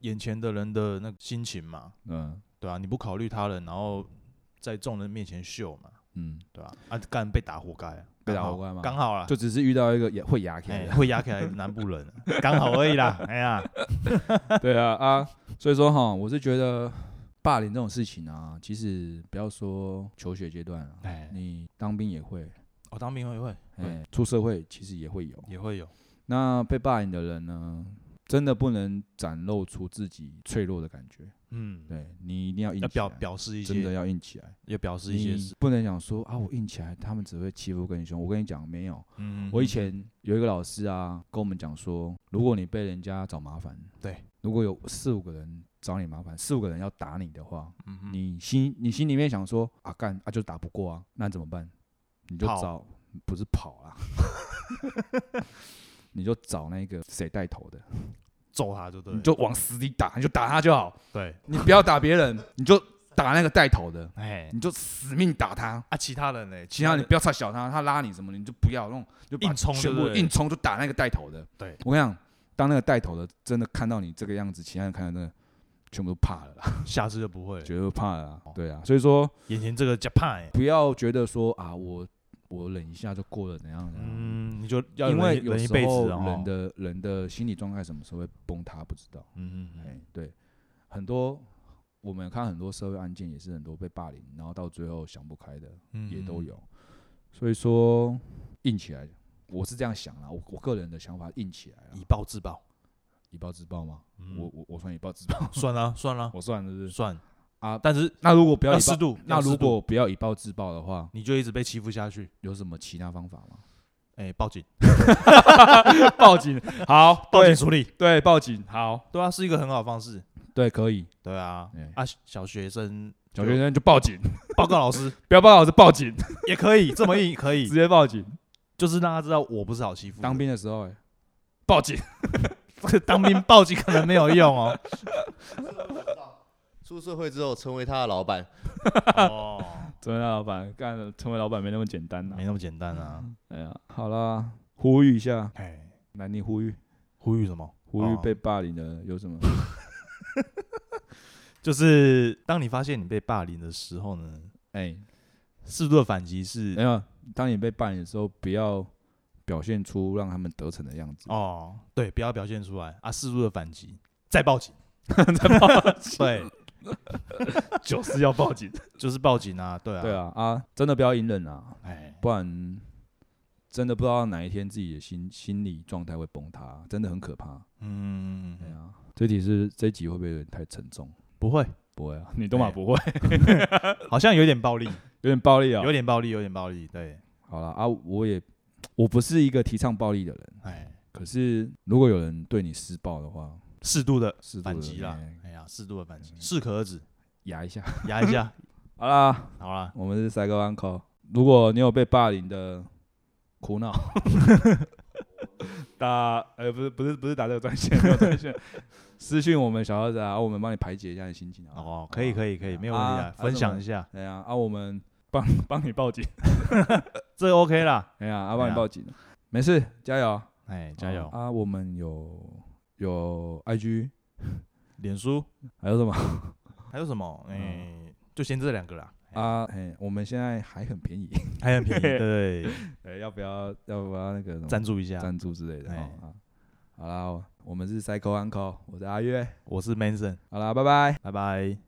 眼前的人的那个心情嘛，嗯对啊，你不考虑他人，然后在众人面前秀嘛，嗯，对吧、啊？干被打活该啊，被打刚好活该吗刚好啊啦，就只是遇到一个也会牙起来 哎的，会压起来的南部人，啊 刚好而已 啦。哎呀，对啊啊，所以说哈，我是觉得霸凌这种事情啊，其实不要说求学阶段啊，哎，你当兵也会，我当兵也会哎、会出社会其实也会有。也会有，那被霸凌的人呢，真的不能展露出自己脆弱的感觉，嗯，对你一定要硬起要来，表表示一真的些，要硬起来，也表示一些你事，不能想说啊，我硬起来，他们只会欺负更凶。我跟你讲，没有，嗯，我以前有一个老师啊，跟我们讲说，如果你被人家找麻烦，对，如果有四五个人找你麻烦，四五个人要打你的话，嗯哼你心你心里面想说啊干啊就打不过啊，那怎么办？你就跑找不是跑啦， 你就找那个谁带头的，揍他就对了，你就往死里打，你就打他就好，对，你不要打别人，你就打那个带头的，哎你就死命打他。啊，其他人呢？其他你不要差小他，他拉你什么你就不要那种，你就把硬冲全对部不对硬冲就打那个带头的。对我跟你讲，当那个带头的真的看到你这个样子，其他人看到真的全部都怕了啦，人下次就不会了，绝对怕了哦啦。对啊，所以说眼前这个加怕哎，不要觉得说啊，我我忍一下就过了怎样怎样，嗯，你就要因为忍一有忍一时辈候子哦人，的人的心理状态什么时候会崩塌不知道。嗯嗯哎、嗯，对，很多我们看很多社会案件也是很多被霸凌，然后到最后想不开的，嗯也都。有。所以说硬起来，我是这样想啦，我我个人的想法硬起来啊啦以暴制暴，以暴制暴吗？嗯我我我算以暴制暴， 算了算了我算是不是？算啊但是 那如果不要要以适暴，度，那要适如度果不要以暴制暴的话，你就一直被欺负下去，有什么其他方法吗？哎，报警， 报警，好，报警处理，对，报警，好，对啊，是一个很好的方式，对，可以。对啊哎，啊，小学生小学生就报警，报告老 师不要报老师，报警，也可以，这么硬可以直，接报警。就是让他知道我不是好欺负的。当兵的时候、哎，报警，当兵报警可能没有 用哦。出社会之后成为他的老板，哦，成为老板，干了成为老板没那么简单呐、 没那么简单啊。哎呀，好啦，呼吁一下，哎，南宁呼吁，呼吁什么？呼吁哦被霸凌的有什么？就是当你发现你被霸凌的时候呢，哎、适度的反击是没有，当你被霸凌的时候，不要表现出让他们得逞的样子。哦，对，不要表现出来啊，适度的反击，再 报警，再报警，就是要报警。对，就是报警啊，对啊，对，啊，啊，真的不要隐忍啊，哎，不然真的不知道哪一天自己的心心理状态会崩塌，真的很可怕。嗯对，啊，这题是这一集会不会有点太沉重？不会，不会 啊，你都嘛哎不会，好像有点暴力， 有点暴力啊、有点暴力，有点暴力，对，好了啊，我也我不是一个提倡暴力的人，哎，可是如果有人对你施暴的话，适度的适度反地击啦哎，哎呀，适度的反击，适可而止，压 一下。压一下，好啦，好啦，我们是塞哥 uncle。如果你有被霸凌的苦恼， 打呃不是不是不是打这个专线，没有专线， 私信我们小盒子啊，我们帮你排解一下你心情啊。哦，可以，可以，可以，没有问题啊啊，分啊什享么一下，哎呀啊，我们帮 帮你报警，这 OK 啦，哎呀啊，帮你报警，没事，加油，哎，加油，啊！我们有有 IG，脸书还有什么还有什么？哎，就先这两个啦，哎嗯啊？哎，我们现在还很便宜，还很便宜，对， 哎，要不要要不要那个什么赞助一下。赞助之类的哎哦啊。好啦，我们是 Cycle Uncle，我是阿月，我是 Manson，好啦，拜拜。拜拜。